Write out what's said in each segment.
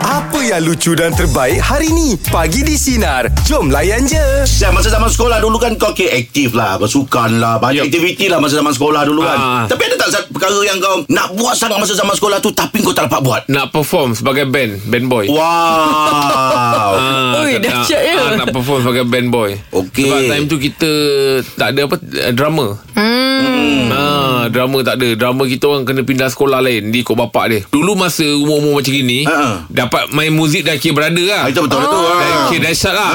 Apa yang lucu dan terbaik hari ni? Pagi di Sinar. Jom layan je. Syah, masa zaman sekolah dulu kan kau kira aktif lah. Kau sukan lah. Banyak Yup. aktiviti lah masa zaman sekolah dulu kan. Ah. Tapi ada tak satu perkara yang kau nak buat sangat masa zaman sekolah tu tapi kau tak dapat buat? Nak perform sebagai band Band boy Oh, Wow. Ah, Ui, kat- dahsyat ah, ya. ah, Nak perform sebagai band boy Okey. Sebab time tu kita Tak ada apa eh, Drama hmm. ah, Drama tak ada Drama kita orang kena pindah sekolah lain Di ikut bapak dia Dulu masa umur-umur macam gini Ha-ha. Dapat main muzik dah kira berada lah Ah, itu betul lah tu. Ah. Kira dahsyat lah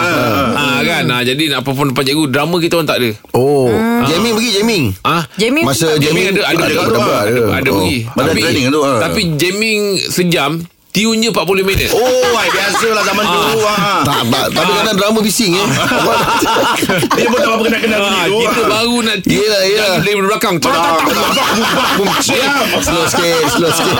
ha, kan ah, Jadi nak perform depan cikgu Drama kita orang tak ada Oh Jamming pergi jamming Ah, Jamie Masa jamming ada ada ada ada- ada, ada- ada, ada. ada Oh. pergi. Pada training tu, ah. Tapi jamming sejam, tiunnya 40 minit. Oh, ay, biasalah zaman dulu. Ah. Tak tak Tapi kadang drama bising eh Dia pun tak apa kenal-kenal Ah, dulu. kita baru nak tiun Yelah, yelah. dan dari belakang. Tak tak tak. Slow sikit Slow sikit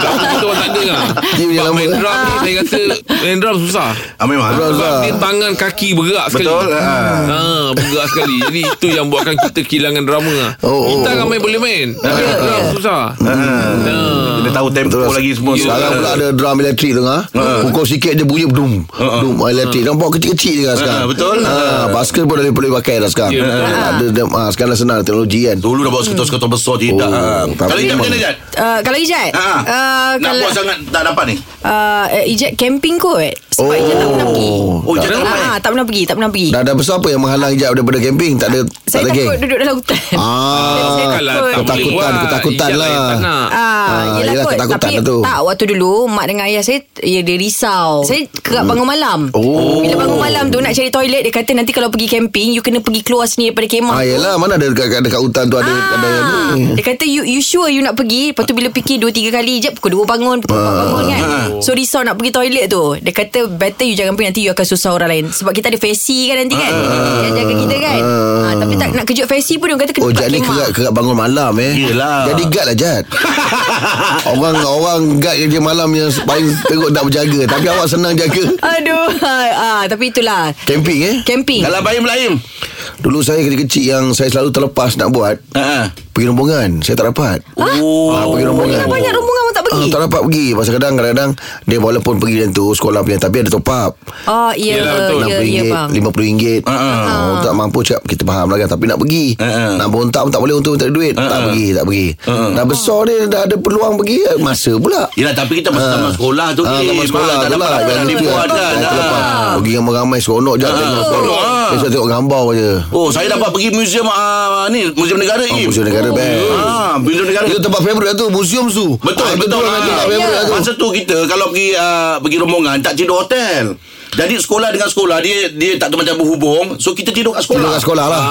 Kita orang tak ada lah. Dia punya Sebab lama. main drum ni saya rasa main drum susah. Ah, memang. Sebab Susah. dia tangan kaki bergerak sekali. Betul. ah. Ha, bergerak sekali. Jadi itu yang buatkan kita kehilangan drama lah. Oh, oh, kita oh. ah. ramai boleh main. Tapi drum susah. Kita Ah. tahu tempo lagi semua. Sekarang pula ada drum elektrik tu ha? Pukul sikit dia bunyi Dum Dum elektrik Nampak kecil-kecil je kan sekarang betul. ha, Basket pun dah boleh pakai dah sekarang Ya, betul. Ha, ada, ada, ha, Sekarang dah senang teknologi kan Dulu dah bawa sekotor-sekotor besar tidak. Oh, ah. tapi Kalau tidak macam memang- mana, Jad? Uh, kalau Ijat Ah. uh, Nak kalau buat sangat tak dapat ni? uh, Ijat camping kot Sebab Ijat tak pernah pergi Oh, Ijat tak pernah. Ah, Tak pernah pergi Tak pernah pergi Dah, dah besar apa yang menghalang Ijab daripada camping Tak ada Saya tak ada takut geng duduk dalam hutan Ah, Saya Kalau takut. tak boleh Ketakutan, buat, ketakutan ijat lah. lain tak nak. Ah, Ah, yelah, yelah, kot. ketakutan Tapi lah tu. tak waktu dulu Mak dengan ayah saya ya, Dia risau Saya kerap bangun malam Oh. Bila bangun malam tu Nak cari toilet Dia kata nanti kalau pergi camping You kena pergi keluar sendiri daripada kemah Ah, yelah mana ada dekat, dekat hutan tu ada ada yang Ah. ni. Dia kata you, you sure you nak pergi Lepas tu bila fikir 2-3 kali Sekejap pukul 2 bangun Pukul 4 Ah. bangun kan Ah. So risau nak pergi toilet tu Dia kata better you jangan pergi Nanti you akan susah orang lain Sebab kita ada fesi kan nanti kan Ah. Yang jaga kita kan Ah, Tapi tak nak kejut fesi pun Dia kata kena Oh buka Jad ni khemah. kerat, kerat bangun malam eh Yelah. Jadi guard lah Jad Orang orang guard kerja malam yang paling teruk tak berjaga Tapi awak senang jaga Aduh ah, ah, Tapi itulah Camping eh Camping Kalau Baim Laim. Dulu saya kecil-kecil yang saya selalu terlepas nak buat Ha. Pergi rombongan Saya tak dapat Oh. Ah, pergi rombongan Dah banyak rombongan pun tak pergi Ah, tak dapat pergi Pasal kadang-kadang Dia walaupun pergi dan tu Sekolah punya Tapi ada top up Oh ya Yelah, betul. Ya RM60 ya bang RM50 Ah, uh-uh. Tak mampu cakap Kita faham lah kan Tapi nak pergi Ha-ha. Nak bontak pun tak boleh Untuk tak ada Ah, duit Tak pergi tak pergi Dah besar dia Dah ada peluang pergi eh, Masa pula Yelah tapi kita masa zaman sekolah tu Ah, ni, zaman sekolah Mak, Eh, tu lah Tak dapat Jangan lupa dibuat kan Jangan terlepas. Ah. Pergi ramai-ramai Seronok je tengok. seronok, ah. Besok tengok gambar je Oh saya dapat pergi museum ah, ni Museum Negara Oh, Im. Museum Negara, best. Ah, Museum Negara Itu tempat favourite tu Museum tu Betul Ah, itu betul. tu lah Ah, tempat favourite ya. tu Masa tu kita kalau pergi ah, pergi rombongan tak tidur hotel. Jadi sekolah dengan sekolah dia dia tak macam berhubung. So kita tidur kat Duduk sekolah. kat sekolah lah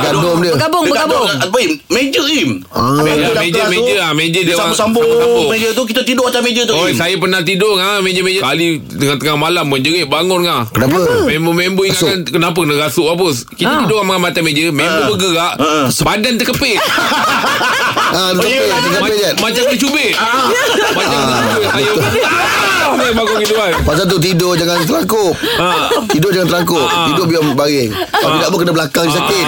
Dekat dom dia Bergabung Dekat bergabung dok- Apa Im? Meja Im. Ah. Meja, dalam kelas meja, tu, meja ah, meja dia orang Sambung-sambung sambung-sambung. meja tu kita tidur atas meja tu. Oh, Im. saya pernah tidur ha, meja-meja. Kali tengah-tengah malam menjerit bangun ngah. Kenapa? Member-member ingatkan kenapa kena rasuk apa. Kita tidur orang makan mata meja, member bergerak, badan terkepit. Oh, Ah, Terkepit Terkepit je Ma- macam kena cubit. Macam kena cubit. Saya Ah, saya bangun gitu kan. Pasal tu tidur jangan terangkup Ha. Tidur jangan terangkup Tidur biar baring Kalau tidak pun kena belakang je sakit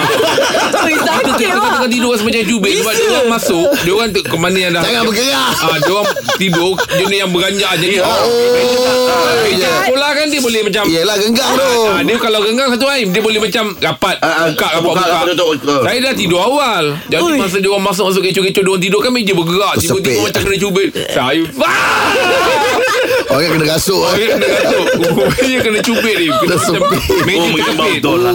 Kita tengah-tengah tidur rasa macam cubit sebab dia orang masuk, dia orang tu ke mana yang dah. Jangan bergerak Ah, dia orang tidur jenis yang beranjak jadi. Oh Meja je. sekolah kan dia boleh macam Yelah gengang tu Ah, dia kalau gengang satu aim Dia boleh macam Rapat Ah, ah, Buka rapat buka, buka tutup, tutup. Saya dah tidur awal Jadi masa dia orang masuk Masuk kecoh-kecoh Dia orang tidur kan meja bergerak Tiba-tiba Tersepit. macam kena cubit Saya Orang kena eh. kasut Saya kena kasut Meja kena cubit ni Kena macam Tersepit. Oh, Meja memang terkepit betul lah.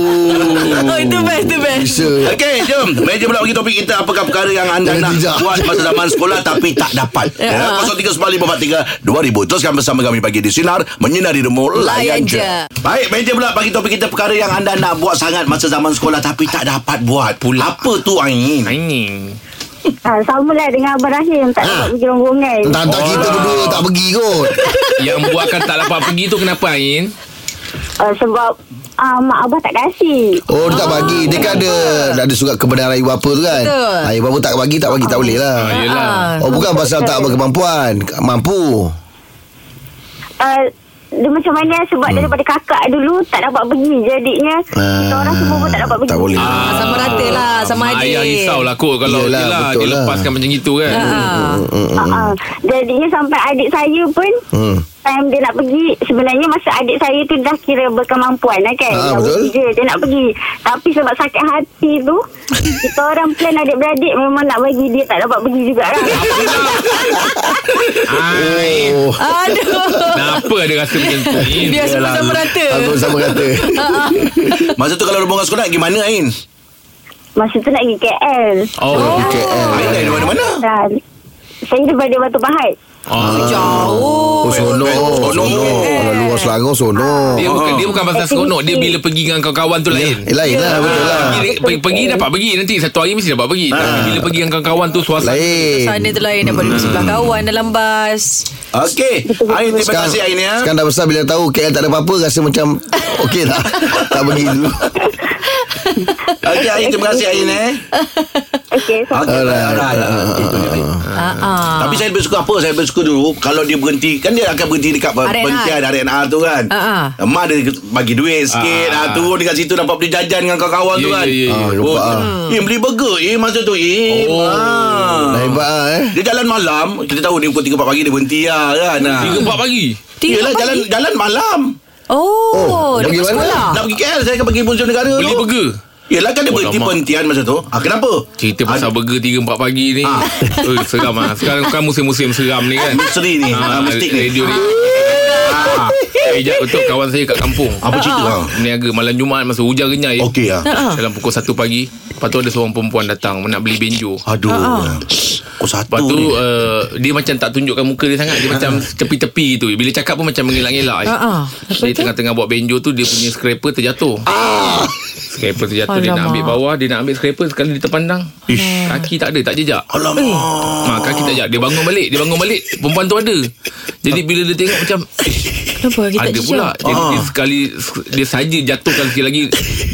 Oh itu best Itu best Bisa Okey, jom. Meja pula bagi topik kita apakah perkara yang anda Ya. Jangan nak dijak. buat masa zaman sekolah tapi tak dapat. Ya, 0395432000. Teruskan bersama kami pagi di sinar menyinari demo layan Layan je. je. Baik, meja pula bagi topik kita perkara yang anda nak buat sangat masa zaman sekolah tapi tak dapat buat. Pula. Apa tu Ain? Ini Ha, sama lah dengan Abang Ah. Rahim Tak dapat pergi rombongan Hantar kita berdua tak pergi kot Yang buatkan tak dapat pergi tu Kenapa Ain? uh, Sebab uh, Mak Abah tak kasih Oh dia tak bagi Dia kan ada Dah ada surat kebenaran ibu bapa tu kan Betul. ah, Ibu bapa tak bagi Tak bagi tak boleh lah Ah, yelah Oh bukan pasal tak berkemampuan Mampu uh, Dia macam mana Sebab hmm. daripada kakak dulu Tak dapat pergi Jadinya Ah, Kita orang semua pun tak dapat pergi tak boleh. Ah, Ah, Sama rata lah Sama Mak hadir Ah, Ayah lah. risaulah kot Kalau Yelah, yelah, betul Dia lah. lepaskan macam itu kan Ah. uh, Jadinya sampai adik saya pun Hmm time dia nak pergi sebenarnya masa adik saya tu dah kira berkemampuan lah kan Ah, Dah betul. bekerja dia nak pergi tapi sebab sakit hati tu kita orang plan adik-beradik memang nak bagi dia tak dapat pergi juga lah Hai. Oh Aduh. Kenapa dia rasa macam tu ni? Biar semua sama rata. Aku sama kata Masa tu kalau rombongan sekolah pergi mana Ain? masa tu nak pergi KL Oh. KL Ain dari mana-mana. dan saya daripada Batu Pahat oh. Jauh. Oh sono Sono. Sono Kalau luar Selangor sono Dia bukan dia bukan Oh. pasal seronok Dia bila pergi dengan kawan-kawan tu lain Eh lain lah betul lah Ah. pergi, pergi, pergi dapat pergi Nanti satu hari mesti dapat pergi Tapi bila pergi dengan kawan-kawan tu Suasana Lain Sana ya. tu lain Dapat Hmm. duduk sebelah kawan Dalam bas Okey. Ain terima sekarang, kasih Ain ya. sekarang dah besar bila tahu KL tak ada apa-apa Rasa macam Okey tak Tak pergi dulu Okey Ain terima kasih Ain eh. Okay Okey. so Alright. ah, alright, alright. Itu dia, Ain. Ah, ah. Tapi saya lebih suka apa Saya lebih suka dulu Kalau dia berhenti Kan dia akan berhenti Dekat R&R. penghentian RNR tu kan Ah, uh Mak dia bagi duit sikit Ah. uh Turun dekat situ Dapat beli jajan Dengan kawan-kawan Ya, tu kan ya, ya, ya. oh, Ah, Eh beli burger Eh masa tu Eh Oh. ah. Dah Hebat lah eh Dia jalan malam Kita tahu dia pukul 3 4 pagi Dia berhenti lah kan ah. 3-4 pagi Tiga Yelah pagi? jalan, jalan malam Oh, Oh, pergi Dekat mana? sekolah Nak pergi KL Saya akan pergi Bunjur Negara Beli tu. burger Yelah kan dia Oh, berhenti lama. penghentian masa tu ah, Kenapa? Cerita pasal Ah, burger 3-4 pagi ni Ah. Oi, Seram lah Sekarang kan musim-musim seram ni kan Misteri ni ah, Mistik ni Radio ni ah. Eh jap betul kawan saya kat kampung Apa cerita ah. Meniaga malam Jumaat Masa hujan renyai Okey ah. Dalam pukul 1 pagi Lepas tu ada seorang perempuan datang Nak beli benjo Aduh. Kau satu Lepas tu ni. uh, Dia macam tak tunjukkan muka dia sangat Dia Ah. macam tepi-tepi gitu Bila cakap pun macam mengelak-elak je. Ah, ah. Lepas Dia tu? tengah-tengah buat benjo tu Dia punya scraper terjatuh Scraper terjatuh Dia nak Alamak. ambil bawah Dia nak ambil scraper Sekali dia terpandang Ish. Kaki tak ada Tak jejak Alamak. Ha, kaki tak jejak Dia bangun balik Dia bangun balik Perempuan tu ada Jadi bila dia tengok macam eh, Kenapa kita ada tak pula jejak? Jadi Ah. dia sekali Dia saja jatuhkan sekali lagi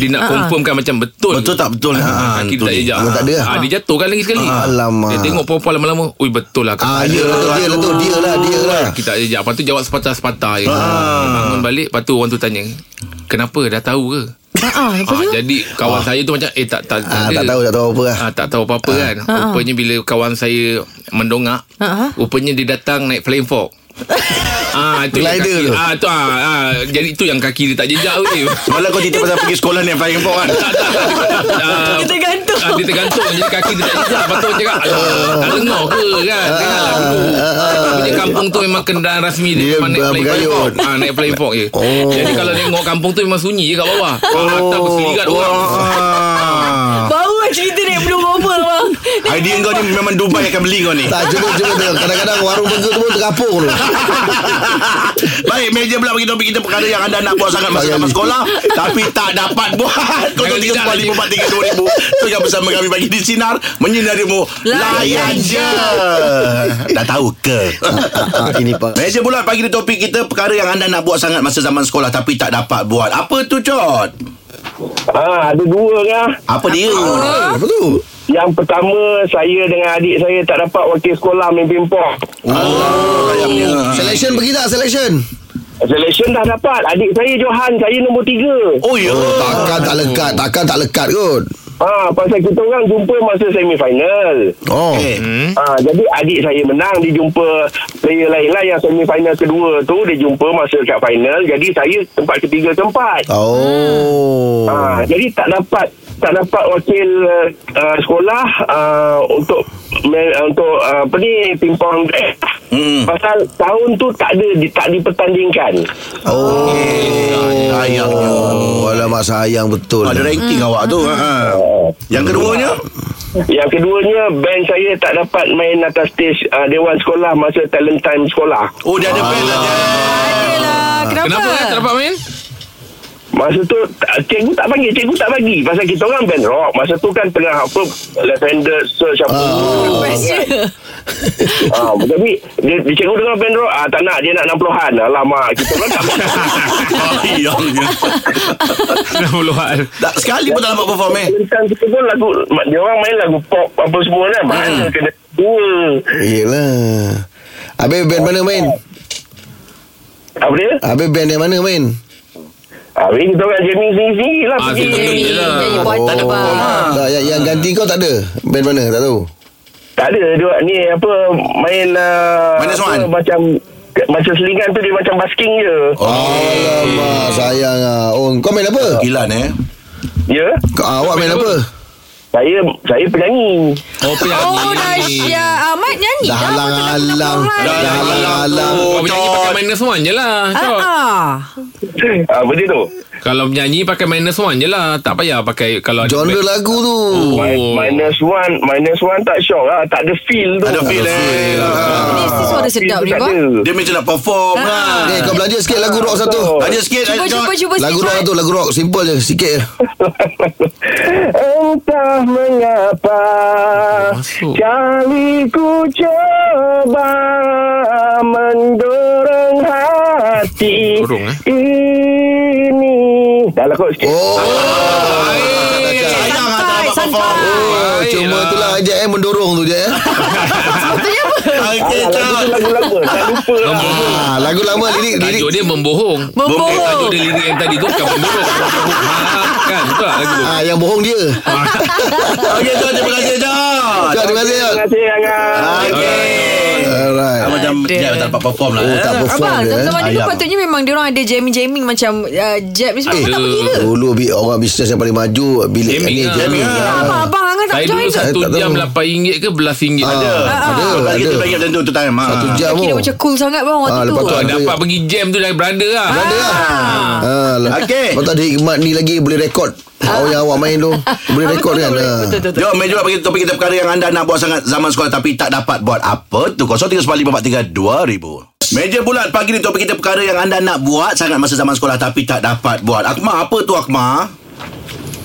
Dia nak confirmkan macam betul Betul tak betul? Ha, Kaki betul dia Ah, tak ni. jejak Memang tak ada lah. ha, Dia jatuhkan lagi sekali Ah, alamak. Dia tengok perempuan lama-lama Ui betul lah kaki Ah, tak dia lah tu, dia lah tu, dia lah, dia lah. Kita tak jejak Lepas tu jawab sepatah-sepatah je Dia Bangun balik Lepas tu orang tu tanya Kenapa dah tahu ke Ah, lepas Ah, tu? jadi kawan saya tu macam Eh tak tak, tak, Ah, ada. tak tahu, tak tahu apa lah. ah, Tak tahu apa-apa kan Rupanya bila kawan saya Mendongak Ah, ah. Rupanya dia datang naik flame fork Ah itu yang kaki, Glider tu. ah tu ah, ah jadi tu yang kaki dia tak jejak tu. eh. Malah kau cerita pasal pergi sekolah ni yang flying fork kan. Oh. Ah, Dia tergantung. ah, dia tergantung jadi kaki dia tak jejak. Lepas tu dia cakap alah tak lengau ke kan. Dengarlah Ah, dulu. Punya kampung tu memang kenderaan rasmi dia, Dia memang naik ber- flying bergayut. fork. Ah naik flying fork je. Oh. Jadi kalau tengok kampung tu memang sunyi je kat bawah. Oh. Atas berselirat orang. Oh. Ah. Baru lah cerita ni Belum apa bang Idea kau ni memang Dubai akan beli kau ni. Tak cuba cuba tengok Kadang-kadang warung burger tu pun terkapung tu Baik, meja pula bagi topik kita perkara yang anda nak buat sangat masa Baik, zaman Ali. sekolah tapi tak dapat buat. Kau tu Jangan tiga tidak, empat lima empat tiga dua ribu. Tengah bersama kami bagi di sinar menyinarimu. Layan Layan je. je. Dah tahu ke? Ah, Ini pak Meja bulat pagi ni topik kita perkara yang anda nak buat sangat masa zaman sekolah tapi tak dapat buat. Apa tu, Cot? Ah, ada dua lah. Apa dia? Apa tu? Yang pertama, saya dengan adik saya tak dapat wakil sekolah main pingpong. Ah. Selection pergi tak selection? Selection dah dapat. Adik saya Johan, saya nombor tiga. Oh, ya. Oh, takkan tak lekat Takkan tak lekat kot Ah, pasal kita orang jumpa masa semifinal. Oh Eh, Ah, jadi adik saya menang, dia jumpa player lain lah yang semifinal kedua tu, dia jumpa masa kat final. Jadi saya tempat ketiga keempat. Oh Ah, jadi tak dapat tak dapat wakil uh, uh, sekolah uh, untuk me, uh, untuk uh, apa ni pingpong Hmm. hmm. pasal tahun tu tak ada di, tak dipertandingkan Oh Sayangnya. Oh, Alamak sayang betul Ada ranking awak tu. Ha, ha. Yang keduanya? yang keduanya band saya tak dapat main atas stage uh, dewan sekolah masa talent time sekolah Oh, dia ada band lah dia. Ayolah Ah, Kenapa Kenapa kan tak dapat main? masa tu tak- cikgu tak panggil cikgu tak bagi pasal kita orang band rock masa tu kan tengah apa lavender search apa Oh, Bestnya Ah, tapi dia, dia cikgu dengar band rock ah, tak nak dia nak 60-an alamak kita orang tak Sayangnya. Kenapa luar? Tak, sekali pun tak dapat perform eh. Tentang kita pun lagu Dia orang main lagu pop Apa semua kan Mana kena dua Yelah Habis band mana main? Apa dia Habis band yang mana main? Ah, Habis kita orang jamming sendiri lah Ah, pergi. sendiri. Yelah. Jadi buat Ah. tak dapat Oh, tak, yang, yang ganti kau tak ada? Band mana? Tak tahu Tak ada dia orang ni Apa Main uh, Minus apa, one. Macam ke- ah, macam selingan tu dia macam basking je. Oh. Alamak, sayang ah. Oh, kau main apa? Gilan eh Ya. Kau, ah, awak main apa? Saya saya penyanyi. Oh, penyanyi. Oh dahsyat Ahmad nyanyi Dah halang-halang. Dah Dah halang-halang. Kau menyanyi Oh, pakai Cot. minus one je lah. Cot. Ah, Ah apa dia tu? Kalau menyanyi pakai minus one je lah. Tak payah pakai kalau ada Genre lagu tu. Oh. Mi- Minus one Minus one tak syok lah Tak ada feel tu Ada feel eh Mesti suara sedap ni kau Dia macam nak perform lah Eh, kau belajar sikit lagu rock satu. Ada sikit Cuba eh, cuba Cot. cuba Lagu rock sikit satu, lagu rock. Simple je, sikit je. Entah mengapa Masuk. Kali ku coba Mendorong hati Dorong, eh? Ini Dah lah kot sikit Oh, Sayang ada Santai abang perform Santai oh, cuma Baiklah. itulah ajak eh mendorong tu je eh. Okey Ah, Lagu tu Cot lagu lama Tak lupa lah Ah, lagu lama lirik lirik. Tajuk dia membohong. Membohong. Tajuk dia lirik yang tadi tu bukan membohong. Kan, betul tak lagu tu? Ah, yang bohong dia. Okey Cot Terima kasih Cot Cak, terima kasih. Terima Cak. kasih Angah Ah. Okey Alright. Macam sekejap tak dapat perform lah Oh, eh. tak perform Abang, dia. tuan-tuan eh. ada Ayam. patutnya memang dia orang ada jamming-jamming macam uh, jab ni semua. Abang tak pergi ke? Eh, Dulu bi orang bisnes yang paling maju bilik Jamming ni lah. jamming. Abang, abang Angah tak Saya join dulu ke? satu Saya Eh, tak jam tahu. Ah, RM8 ke RM11. Ada. Ada, Kalau ada. Ah, kita bagi macam tu tu time ha. Satu jam Kira oh. macam cool sangat bang waktu Ah, tu. lepas tu Ah, ada. Dapat pergi jam tu dari brother lah. Ada lah. Ah, lah. Okey. Lepas tu ada hikmat ni lagi boleh rekod. Awak yang awak main tu boleh rekod Ah. kan. Betul, Ah. Betul, betul, betul. Jom, meja juga bagi topik kita perkara yang anda nak buat sangat zaman sekolah tapi tak dapat buat apa tu 0395432000. Meja bulat pagi ni topik kita perkara yang anda nak buat sangat masa zaman sekolah tapi tak dapat buat. Akmal apa tu Akmal?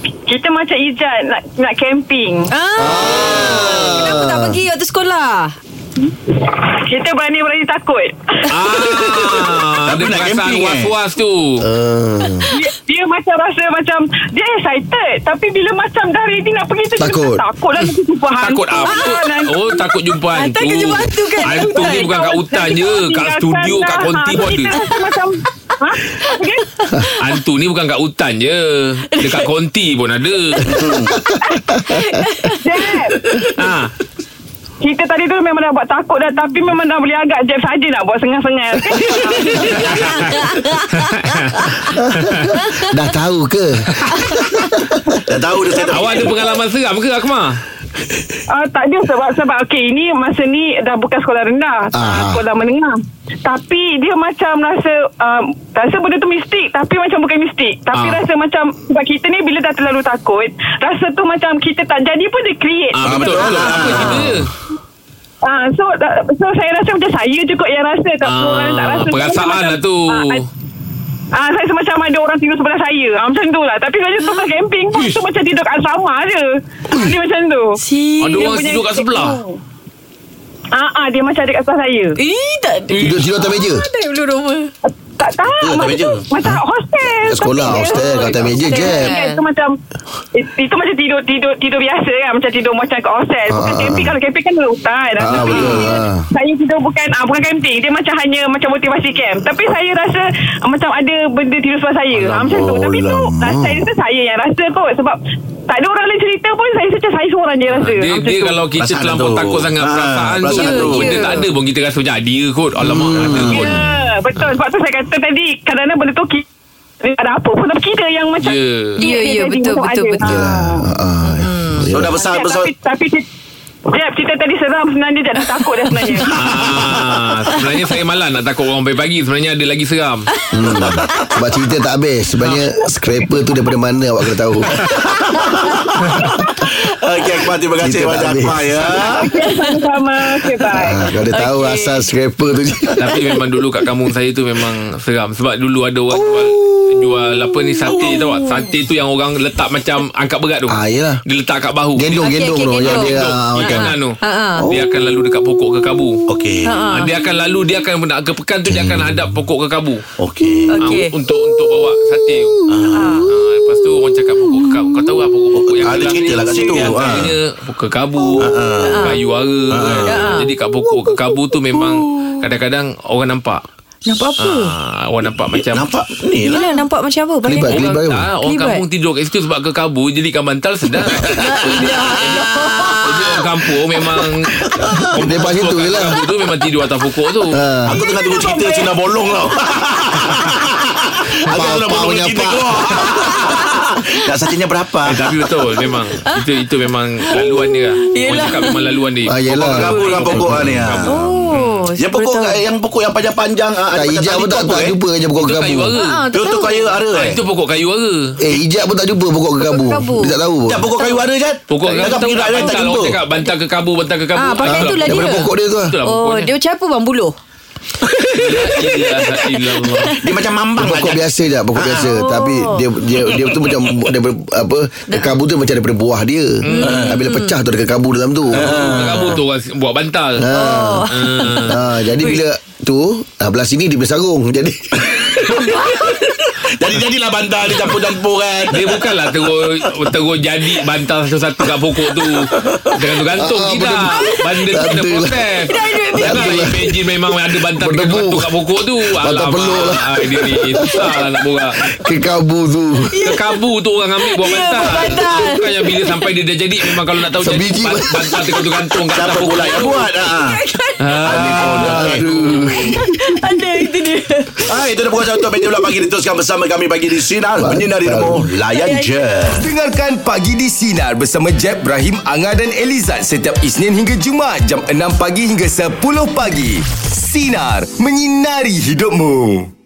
Kita macam Izzat nak, nak camping. Ah, kenapa tak pergi waktu sekolah? Kita berani-berani takut. Ah. Ah, Tapi ada nak perasaan camping, eh. was-was tu. Ah. Dia, dia macam rasa macam dia excited tapi bila macam dah ready nak pergi tu dia Takut. macam takutlah nanti jumpa hantu. Takut apa? Ah, nanti- Oh, takut jumpa hantu. takut jumpa hantu kan? Hantu ni bukan kat hutan je. Kat studio, kat konti pun ada. ha, Kita rasa macam Ha? Okay. Hantu ni bukan kat hutan je. Dekat konti pun ada. Jeb. ha. Kita tadi tu memang dah buat takut dah Tapi memang dah boleh agak Jeb saja nak buat sengah-sengah Dah tahu ke? Tak tahu dia saya tak. Awak ada pengalaman seram ke, Akmal? Uh, tak ada sebab sebab okey ini masa ni dah bukan sekolah rendah, Ah. ah. sekolah menengah. Tapi dia macam rasa um, rasa benda tu mistik tapi macam bukan mistik. Tapi Ah. ah. rasa macam sebab kita ni bila dah terlalu takut, rasa tu macam kita tak jadi pun dia create. Ah, betul, betul. Apa cerita dia? Ah, so da- so saya rasa macam saya je kot yang rasa tak semua orang tak Ah, rasa. perasaan Macam- lah tu. ah, Ah, saya semacam ada orang tidur sebelah saya. Ah, macam tu lah. Tapi saya tu bukan camping pun. Tu macam tidur kat asrama je. Ah, Dia macam tu. Si. Ada dia orang punya tidur kat instinct sebelah. tu. Ah, ah, dia macam ada kat sebelah saya. Eh, tak ada. Tidur-tidur atas meja. Ada dulu rumah. Hmm. Tak tak Tu kat Macam meja. tu Macam hostel Kat sekolah, Tapi- hostel, kat atas meja, Jeb. Kan, Itu macam it- Itu macam tidur Tidur tidur biasa kan Macam tidur macam kat hostel Bukan Ah, ah, camping ah. Kalau camping kan dalam hutan Ah, Tapi betul, dia- ah. Saya tidur bukan ah, Bukan camping Dia macam hanya Macam motivasi camp Tapi saya rasa ah, Macam ada benda tidur sebelah saya ah, Macam tu Tapi tu alamak. ah, Saya rasa saya yang rasa kot Sebab tak ada orang lain cerita pun Saya rasa macam saya seorang je rasa Dia, Ah, macam dia tu. kalau kita Perasaan terlampau tu. takut sangat Ah, perasaan, perasaan tu, tu. benda tak ada pun kita rasa macam ada kot. Alamak, ada kot. Ya Betul Sebab tu saya kata tadi Kadang-kadang benda tu kita ada apa pun Tapi kita yang macam Ya. Ya, Dia- ya, dia- dia betul, macam betul, ada. betul. Ah. Ah. So dah Jeb, besar besar. Tapi, tapi cit- Jeb, cerita tadi seram sebenarnya Jeb dah takut dah sebenarnya. Ah, sebenarnya saya malas nak takut orang pagi-pagi. Sebenarnya ada lagi seram. Hmm. Sebab cerita tak habis Sebenarnya Ah. Scraper tu daripada mana Awak kena tahu Ah, Okey Akmal terima kasih Cerita banyak tak habis. Akmal ya. Sama-sama. Okay, bye. ha, Kalau dia tahu Asal scraper tu je Tapi memang dulu kat kampung saya tu memang seram Sebab dulu ada Oh. orang jual Jual apa ni sate tau tak Sate tu yang orang letak macam angkat berat tu Ah, yelah. Dia letak kat bahu Gendong Okey, Gendong okey, tu Yang gendong. dia ah, Gendong makan Ikan tu Ha, ha. Dia akan lalu dekat pokok kekabu Okey. Ah, Dia akan lalu Dia akan nak ke pekan tu Dia akan hadap pokok kekabu Okey. Okey. ah, Untuk untuk bawa sate tu ah, ah, Lepas tu orang cakap pokok kekabu Kau tahu lah pokok-pokok yang Ada gelap cerita ni, lah kat situ, yang ah. antaranya Pokok kekabu ah. Kayu ara kan. Jadi kat pokok kekabu tu memang Kadang-kadang orang nampak Nampak apa? Ah, awak nampak macam Nampak ni lah Yelah nampak macam apa? Banyak- Kelibat, Orang, kelibat apa? ah, orang Kelibat. kampung tidur kat situ sebab ke kabur jadikan bantal sedap. Ya. Jadi orang kampung memang Dia panggil tu je lah. Kampung tu memang tidur atas pokok tu. Ha. Aku tengah tunggu cerita Cina bolong tau Aku Pau, tengah bolong paunya, cerita pau. keluar Tak sacanya berapa Eh, tapi betul memang itu itu memang laluan dia. lah. Orang Yelah. cakap memang laluan dia. Ah, yelah. Kabur dengan pokok lah ni ah. Oh, Yang saya pokok baru tahu. yang pokok yang panjang-panjang ah, Tak ada macam hijab tali pun tak, pokok, tak eh. jumpa je pokok Itu kayu kekabu. ara. Ah, Tu tak tu tahu. kayu ara Ah, eh itu pokok kayu ara. Eh hijab pun tak jumpa pokok kekabu. kekabu. Dia tak tahu pun. Tak pokok kayu ara kan Pokok kayu Jangan tahu pergi tak rakyat tak bantal jumpa orang cakap bantal ke kabur bantal ke kabur. Ah, pakai tu lah dia. Daripada pokok dia tu lah. Itulah Oh, pokoknya. dia macam apa bang buluh? Ilaha illallah. Dia macam mambang lah Pokok biasa je Pokok biasa Tapi dia dia dia tu macam daripada, Apa Kekabu tu macam daripada buah dia ha, Bila pecah tu ada kekabu dalam tu Kat Kabur tu orang buat bantal. ha. ha. Jadi bila tu ha, Belah sini dia punya sarung Jadi Jadi jadilah bantal Dia campur-campur kan Dia bukanlah terus terus jadi bantal satu-satu kat pokok tu. Jangan tu gantung Ah, ah, tidak. betul. Banda tu kena Betul lah. protect. Betul Jangan lah. imagine memang ada bantal Berdebu. tergantung kat pokok tu. Bantal Alamak, peluk lah. ah, Dia ni susah lah nak borak. Kekabu tu Kekabu tu orang ambil buat Ya, bantal. buat bantal. Bukan yang bila sampai dia dah jadi memang kalau nak tahu jadi Sebiji ban- pun. bantal tergantung kat atas Siapa pokok pula yang tu. buat ah. Ah. Aduh Ada itu dia. eh. Ah, itu dia pokok untuk meja pula pagi diteruskan bersama kami pagi di sinar menyinari demo layan je. Dengarkan Pagi di Sinar bersama Jeb, Ibrahim, Anga dan Elizad setiap Isnin hingga Jumaat jam 6 pagi hingga 10 pagi. Sinar. Menyinari hidupmu.